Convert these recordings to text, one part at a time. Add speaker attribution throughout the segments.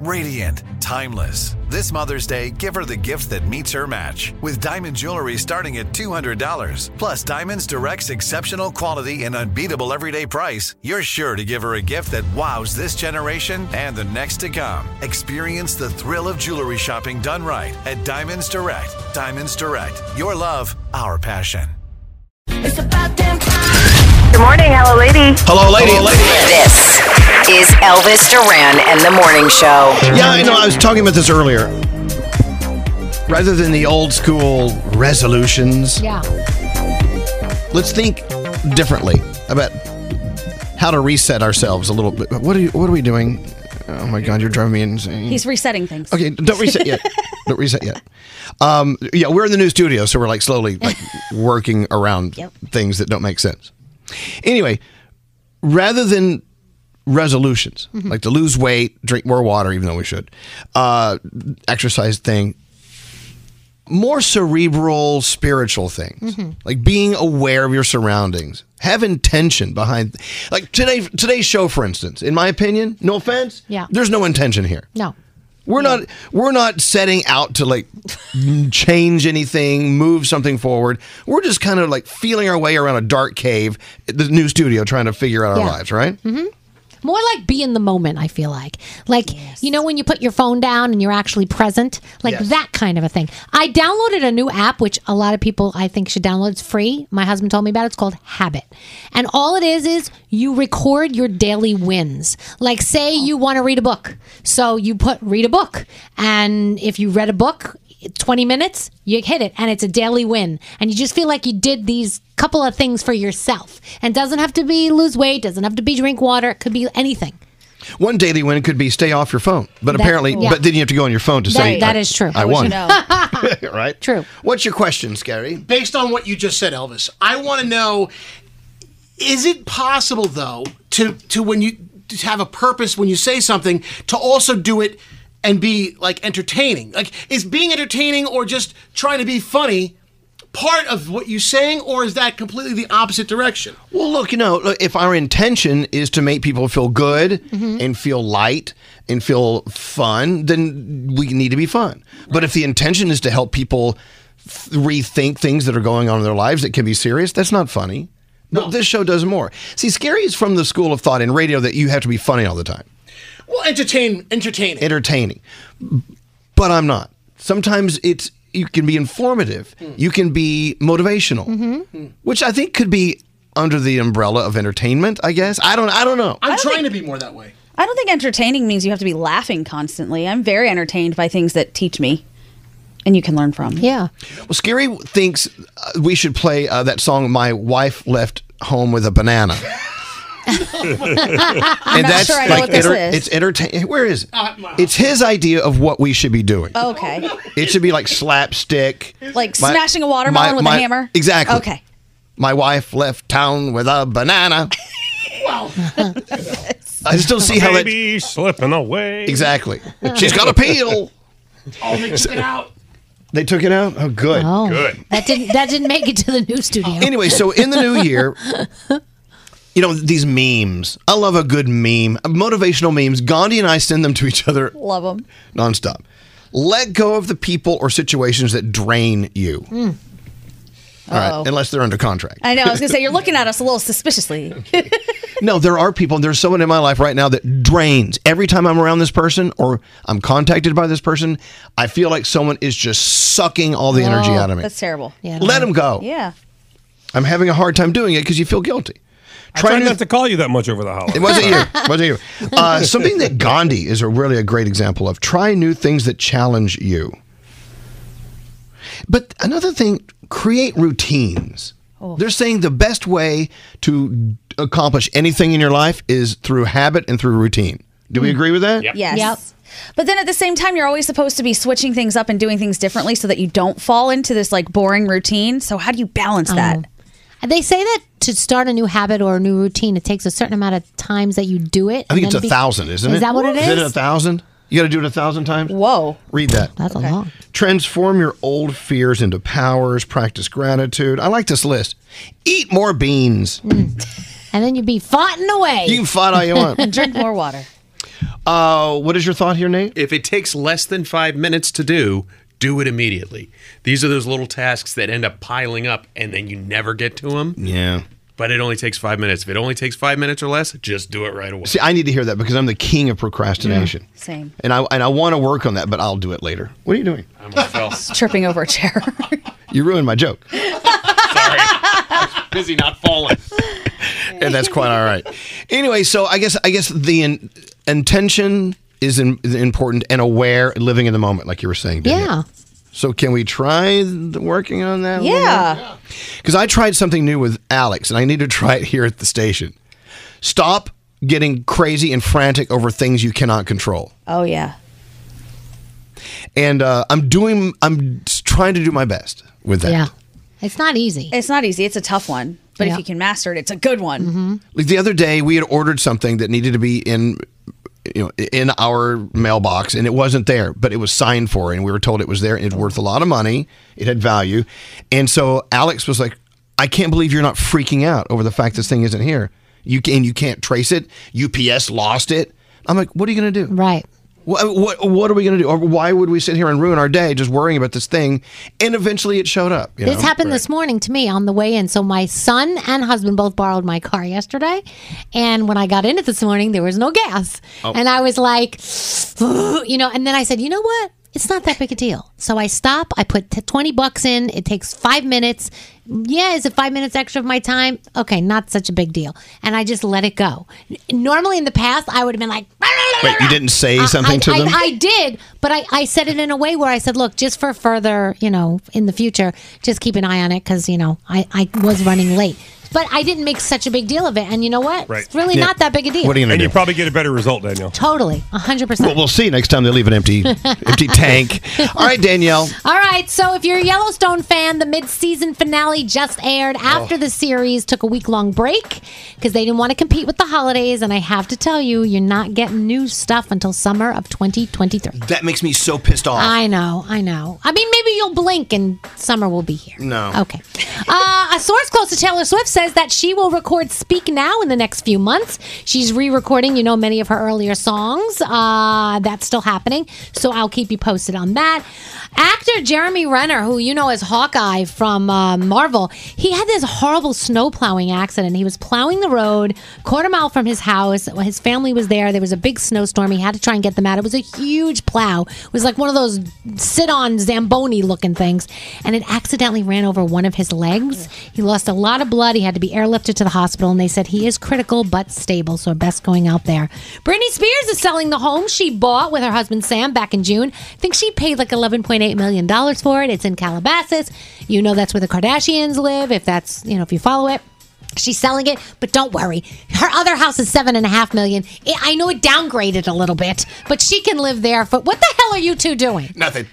Speaker 1: radiant, timeless. This Mother's Day, give her the gift that meets her match with diamond jewelry starting at $200. Plus, Diamonds Direct's exceptional quality and unbeatable everyday price, you're sure to give her a gift that wows this generation and the next to come. Experience the thrill of jewelry shopping done right at Diamonds Direct. Diamonds Direct, your love, our passion.
Speaker 2: It's about damn time.
Speaker 3: Good morning, hello, lady.
Speaker 4: Hello, lady.
Speaker 5: This is Elvis Duran and the Morning Show.
Speaker 4: Yeah, I know. I was talking about this earlier. Rather than the old school resolutions,
Speaker 6: Yeah.
Speaker 4: let's think differently about how to reset ourselves a little bit. What are you, What are we doing? Oh my God, you're driving me insane.
Speaker 7: He's resetting things.
Speaker 4: okay, don't reset yet. don't reset yet. Um, yeah, we're in the new studio, so we're like slowly like working around things that don't make sense. Anyway, rather than resolutions like to lose weight, drink more water, even though we should, uh, exercise thing, more cerebral, spiritual things, like being aware of your surroundings, have intention behind, like today today's show, for instance. In my opinion, no offense,
Speaker 6: Yeah.
Speaker 4: there's no intention here.
Speaker 6: No.
Speaker 4: We're not we're not setting out to like change anything, move something forward. We're just kind of like feeling our way around a dark cave, the new studio, trying to figure out our
Speaker 6: Yeah.
Speaker 4: lives, right?
Speaker 6: More like be in the moment, I feel like. Like, you know, when you put your phone down and you're actually present, like
Speaker 4: Yes.
Speaker 6: that kind of a thing. I downloaded a new app, which a lot of people I think should download. It's free. My husband told me about it. It's called Habit. And all it is is you record your daily wins. Like, say you want to read a book. So you put read a book. And if you read a book, 20 minutes, you hit it. And it's a daily win. And you just feel like you did these couple of things for yourself. And doesn't have to be lose weight, doesn't have to be drink water, it could be anything.
Speaker 4: One daily win could be stay off your phone, but
Speaker 6: That-
Speaker 4: apparently,
Speaker 6: yeah.
Speaker 4: but then you have to go on your phone to
Speaker 6: That-
Speaker 4: say
Speaker 6: that
Speaker 4: that
Speaker 6: is
Speaker 4: is
Speaker 6: true.
Speaker 4: I
Speaker 6: I
Speaker 4: won,
Speaker 7: No.
Speaker 4: right?
Speaker 6: True.
Speaker 4: What's your question, Scary?
Speaker 8: based on what you just said, Elvis, I want to know: Is it possible, though, to to when you to have a purpose when you say something, to also do it and be like entertaining? Like, is being entertaining or just trying to be funny part of what you're saying, or is that completely the opposite direction?
Speaker 4: Well, look, you know, look, if our intention is to make people feel good and feel light and feel fun, then we need to be fun. But if the intention is to help people th- rethink things that are going on in their lives that can be serious, that's not funny. But this show does more. See, Scary is from the school of thought in radio that you have to be funny all the time.
Speaker 8: Well, entertain, entertaining.
Speaker 4: entertaining. But I'm not. Sometimes it's you can be informative,
Speaker 7: Hmm.
Speaker 4: you can be motivational,
Speaker 7: Mm-hmm.
Speaker 4: which I think could be under the umbrella of entertainment. I guess I don't. I don't know.
Speaker 8: I'm trying to be more that way.
Speaker 7: I don't think entertaining means you have to be laughing constantly. I'm very entertained by things that teach me and you can learn from.
Speaker 6: Yeah.
Speaker 4: Well, Scary thinks uh, we should play uh, that song. My wife left home with a banana. and
Speaker 7: not
Speaker 4: that's
Speaker 7: sure I know
Speaker 4: like
Speaker 7: what this
Speaker 4: enter-
Speaker 7: is.
Speaker 4: it's entertaining. Where is it?
Speaker 8: Not my
Speaker 4: It's his idea of what we should be doing.
Speaker 7: Oh, Okay.
Speaker 4: It should be like slapstick.
Speaker 7: Like
Speaker 4: My-
Speaker 7: smashing a watermelon
Speaker 4: my-
Speaker 7: with
Speaker 4: my-
Speaker 7: a hammer?
Speaker 4: Exactly.
Speaker 7: Okay.
Speaker 4: My wife left town with a banana. I just don't see how that
Speaker 9: Baby slipping away.
Speaker 4: exactly. She's got a peel.
Speaker 8: Oh, they took it out.
Speaker 4: They took it out. Oh, good.
Speaker 10: Oh,
Speaker 9: Good.
Speaker 6: That didn't that didn't make it to the new studio.
Speaker 4: Anyway, so in the new year, you know these memes. I love a good meme. Motivational memes. Gandhi and I send them to each other
Speaker 7: Love them.
Speaker 4: nonstop. Let go of the people or situations that drain you.
Speaker 7: Hmm.
Speaker 4: All right,
Speaker 7: Uh-oh.
Speaker 4: unless they're under contract.
Speaker 7: I know. I was gonna say you're looking at us a little suspiciously.
Speaker 4: No, there are people. There's someone in my life right now that drains. Every time I'm around this person or I'm contacted by this person, I feel like someone is just sucking all the energy out of me.
Speaker 7: That's terrible.
Speaker 6: Yeah,
Speaker 4: Let them go.
Speaker 7: Yeah.
Speaker 4: I'm having a hard time doing it because you feel guilty.
Speaker 9: I tried
Speaker 4: new-
Speaker 9: not to call you that much over the holidays.
Speaker 4: It wasn't you. It wasn't you. Uh, something that Gandhi is a really a great example of. Try new things that challenge you. But another thing, create routines.
Speaker 6: Oh.
Speaker 4: They're saying the best way to accomplish anything in your life is through habit and through routine. Do
Speaker 6: Hmm.
Speaker 4: we agree with that?
Speaker 7: Yes.
Speaker 6: Yep.
Speaker 7: But then at the same time, you're always supposed to be switching things up and doing things differently so that you don't fall into this like boring routine. So how do you balance that?
Speaker 6: They say that to start a new habit or a new routine, it takes a certain amount of times that you do it.
Speaker 4: I think it's a thousand, isn't it?
Speaker 6: Is that what it
Speaker 4: Is it a
Speaker 6: is?
Speaker 4: thousand? You got to do it a thousand times?
Speaker 7: Whoa.
Speaker 4: Read that.
Speaker 6: That's a long.
Speaker 4: Transform your old fears into powers. Practice gratitude. I like this list. Eat more beans.
Speaker 6: Mm. And then you'd be farting away.
Speaker 4: You can fight all you want.
Speaker 7: Drink more water.
Speaker 4: Uh, what is your thought here, Nate?
Speaker 11: If it takes less than five minutes to do, do it immediately. These are those little tasks that end up piling up and then you never get to them,
Speaker 4: Yeah.
Speaker 11: but it only takes five minutes. If it only takes five minutes or less, just do it right away.
Speaker 4: See, I need to hear that because I'm the king of procrastination.
Speaker 7: Same.
Speaker 4: And I and I want to work on that, but I'll do it later. What are you doing?
Speaker 11: I'm a fell
Speaker 7: Tripping over a chair.
Speaker 4: You ruined my joke.
Speaker 11: busy not falling.
Speaker 4: and that's quite all right. Anyway, so I guess I guess the in, intention is, in, is important and aware and living in the moment like you were saying. didn't you?
Speaker 6: yeah.
Speaker 4: So can we try th- working on that?
Speaker 7: yeah.
Speaker 4: Because I tried something new with Alex, and I need to try it here at the station. Stop getting crazy and frantic over things you cannot control.
Speaker 7: Oh yeah.
Speaker 4: And uh, I'm doing. I'm s- trying to do my best with that.
Speaker 6: Yeah. It's not easy.
Speaker 7: It's not easy. It's a tough one. But
Speaker 6: Yeah.
Speaker 7: if you can master it, it's a good one.
Speaker 4: Like the other day, we had ordered something that needed to be in. You know, in our mailbox, and it wasn't there, but it was signed for, and we were told it was there, and it's worth a lot of money. It had value, and so Alex was like, "I can't believe you're not freaking out over the fact this thing isn't here. You can, you can't trace it. UPS lost it. I'm like, what are you gonna do?
Speaker 6: Right.
Speaker 4: What, what, what are we going to do? Or why would we sit here and ruin our day just worrying about this thing? And eventually it showed up. you
Speaker 6: This
Speaker 4: know?
Speaker 6: happened this morning to me on the way in. So my son and husband both borrowed my car yesterday, and when I got in it this morning, there was no gas,
Speaker 4: Oh.
Speaker 6: and I was like, you know. And then I said, you know what? It's not that big a deal. So I stop. I put t- twenty bucks in. It takes five minutes. Yeah, is it five minutes extra of my time? Okay, not such a big deal. And I just let it go. N- Normally in the past, I would have been like,
Speaker 4: Wait, you didn't say
Speaker 6: I-
Speaker 4: something
Speaker 6: I,
Speaker 4: to
Speaker 6: I-
Speaker 4: them?
Speaker 6: I did, but I, I said it in a way where I said, look, just for further, you know, in the future, just keep an eye on it because, you know, I, I was running late. But I didn't make such a big deal of it. And you know what?
Speaker 9: Right.
Speaker 6: It's really
Speaker 4: Yeah.
Speaker 6: not that big a deal.
Speaker 4: what are you going
Speaker 9: And
Speaker 4: to
Speaker 9: you
Speaker 4: do?
Speaker 9: probably get a better result, Daniel.
Speaker 6: totally. 100%.
Speaker 4: well, we'll see next time they leave an empty empty tank. All right, Danielle.
Speaker 6: All right, so if you're a Yellowstone fan, the mid-season finale just aired after the series took a week-long break because they didn't want to compete with the holidays. And I have to tell you, you're not getting new stuff until summer of 2023.
Speaker 4: That makes me so pissed off.
Speaker 6: I know, I know. I mean, maybe you'll blink and summer will be here.
Speaker 4: No.
Speaker 6: Okay. Uh, a source close to Taylor Swift says that she will record Speak Now in the next few months. She's re recording, you know, many of her earlier songs. Uh, that's still happening. So I'll keep you posted on that. Actor Jeremy Renner, who you know as Hawkeye from uh, Marvel, he had this horrible snow plowing accident. He was plowing the road, quarter mile from his house. His family was there. There was a big snowstorm. He had to try and get them out. It was a huge plow. It was like one of those sit on Zamboni looking things. And it accidentally ran over one of his legs. He lost a lot of blood. He had to be airlifted to the hospital. And they said he is critical but stable. So best going out there. Britney Spears is selling the home she bought with her husband Sam back in June. I think she paid like $11.8 million for it. It's in Calabasas. You know that's where the Kardashians live, if that's, you know, if you follow it. She's selling it, but don't worry. Her other house is seven and a half million. I I know it downgraded a little bit, but she can live there for what the hell are you two doing?
Speaker 12: Nothing.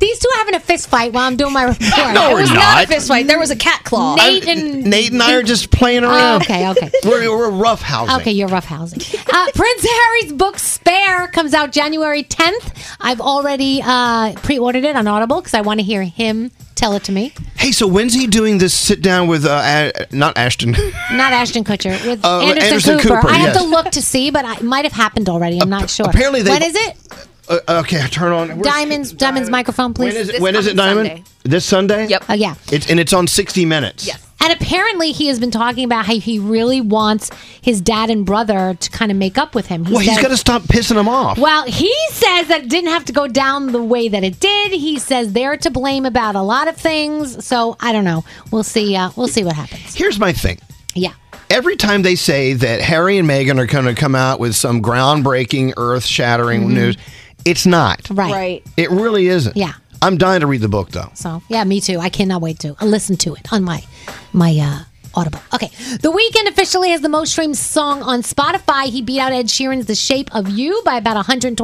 Speaker 6: These two are having a fist fight while I'm doing my report.
Speaker 7: No, It we're was not not. a fist fight. There was a cat claw.
Speaker 6: Nate and
Speaker 4: Nate and I are just playing
Speaker 6: Oh,
Speaker 4: around.
Speaker 6: okay, okay.
Speaker 4: We're, we're rough housing.
Speaker 6: Okay, you're rough housing. Uh, Prince Harry's book Spare comes out January 10th. I've already uh, pre-ordered it on Audible because I want to hear him tell it to me.
Speaker 4: Hey, so when's he doing this sit down with uh, A- not Ashton?
Speaker 6: Not Ashton Kutcher with
Speaker 4: Uh,
Speaker 6: Anderson,
Speaker 4: Anderson
Speaker 6: Cooper.
Speaker 4: Cooper,
Speaker 6: I have
Speaker 4: yes.
Speaker 6: to look to see, but I- it might have happened already. I'm not sure.
Speaker 4: apparently they-
Speaker 6: when is it?
Speaker 4: Uh, okay, I turn on. where's-
Speaker 6: Diamonds, Diamond's microphone, please.
Speaker 4: When is it, when is it Diamond? This Sunday? Yep.
Speaker 6: Oh, yeah.
Speaker 4: It's and it's on 60 Minutes.
Speaker 6: Yes. And apparently, he has been talking about how he really wants his dad and brother to kind of make up with him. He
Speaker 4: Well, he's
Speaker 6: said-
Speaker 4: got to stop pissing him off.
Speaker 6: Well, he says that it didn't have to go down the way that it did. He says they're to blame about a lot of things. So I don't know. We'll see. Uh, we'll see what happens.
Speaker 4: Here's my thing.
Speaker 6: Yeah.
Speaker 4: Every time they say that Harry and Meghan are going to come out with some groundbreaking, earth-shattering
Speaker 6: Mhm.
Speaker 4: news, it's not.
Speaker 6: Right. Right.
Speaker 4: It really isn't.
Speaker 6: Yeah.
Speaker 4: I'm dying to read the book though.
Speaker 6: So yeah, me too. I cannot wait to listen to it on my my uh, Audible. Okay, The Weeknd officially has the most streamed song on Spotify. He beat out Ed Sheeran's "The Shape of You" by about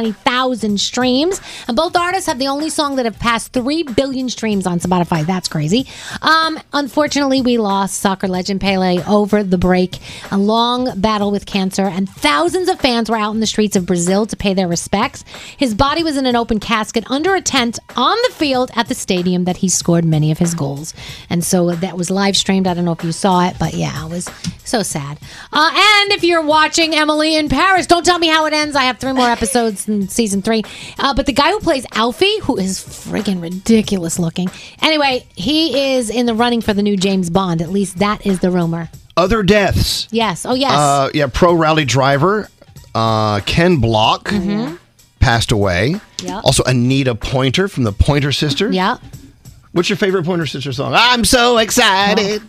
Speaker 6: 120,000 streams, and both artists have the only song that have passed three billion streams on Spotify. That's crazy. Um, unfortunately, we lost soccer legend Pele over the break. A long battle with cancer, and thousands of fans were out in the streets of Brazil to pay their respects. His body was in an open casket under a tent on the field at the stadium that he scored many of his goals. And so that was live streamed. I don't know if you saw it, but yeah, it was so sad. Uh, and if you're watching Emily in Paris, don't tell me how it ends. I have three more episodes in season three. Uh, but the guy who plays Alfie, who is friggin' ridiculous looking, anyway, he is in the running for the new James Bond. At least that is the rumor.
Speaker 4: Other deaths.
Speaker 6: Yes. Oh, yes.
Speaker 4: Uh, yeah, pro rally driver uh, Ken Block
Speaker 6: Mhm.
Speaker 4: passed away.
Speaker 6: Yep.
Speaker 4: Also, Anita Pointer from the Pointer Sisters.
Speaker 6: Yeah.
Speaker 4: What's your favorite Pointer Sister song? I'm so excited.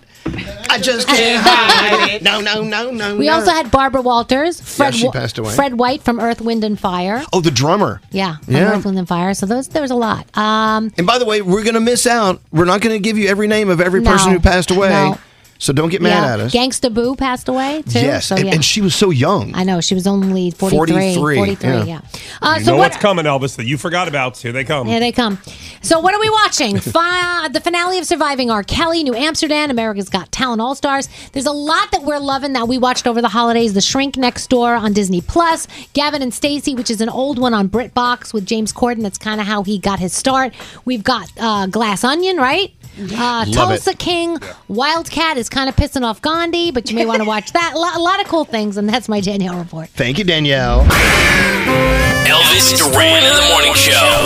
Speaker 4: I just can't hide it. No, no, no, no.
Speaker 6: Oh. we
Speaker 4: no.
Speaker 6: also had Barbara Walters, Fred,
Speaker 4: she
Speaker 6: Wa-
Speaker 4: passed away.
Speaker 6: Fred White from Earth, Wind, and Fire.
Speaker 4: Oh, the drummer.
Speaker 6: Yeah, from
Speaker 4: Yeah.
Speaker 6: Earth, Wind, and Fire. So those there was a lot. Um,
Speaker 4: And by the way, we're gonna miss out. We're not gonna give you every name of every person
Speaker 6: No.
Speaker 4: who passed away.
Speaker 6: No.
Speaker 4: So don't get mad
Speaker 6: yeah,
Speaker 4: at us.
Speaker 6: Gangsta Boo passed away too.
Speaker 4: yes,
Speaker 6: so,
Speaker 4: and,
Speaker 6: yeah.
Speaker 4: and she was so young.
Speaker 6: I know she was only 43.
Speaker 4: 43,
Speaker 6: 43,
Speaker 4: yeah.
Speaker 6: yeah. Uh,
Speaker 9: you
Speaker 6: so
Speaker 9: know
Speaker 6: what?
Speaker 9: what's coming, Elvis, that you forgot about. Here they come.
Speaker 6: Here they come. So what are we watching? Fi- uh, the finale of Surviving R. Kelly, New Amsterdam, America's Got Talent, All Stars. There's a lot that we're loving that we watched over the holidays. The Shrink Next Door on Disney Plus, Gavin and Stacey, which is an old one on BritBox with James Corden. That's kind of how he got his start. We've got uh, Glass Onion, right? Uh,
Speaker 13: Love it.
Speaker 6: Tulsa King, Wildcat is kind of pissing off Gandhi, but you may want to watch that. A lot, a lot of cool things, and that's my Danielle report.
Speaker 4: Thank you, Danielle.
Speaker 14: Elvis Duran in the morning show.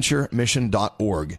Speaker 4: stbonaventuremission.org.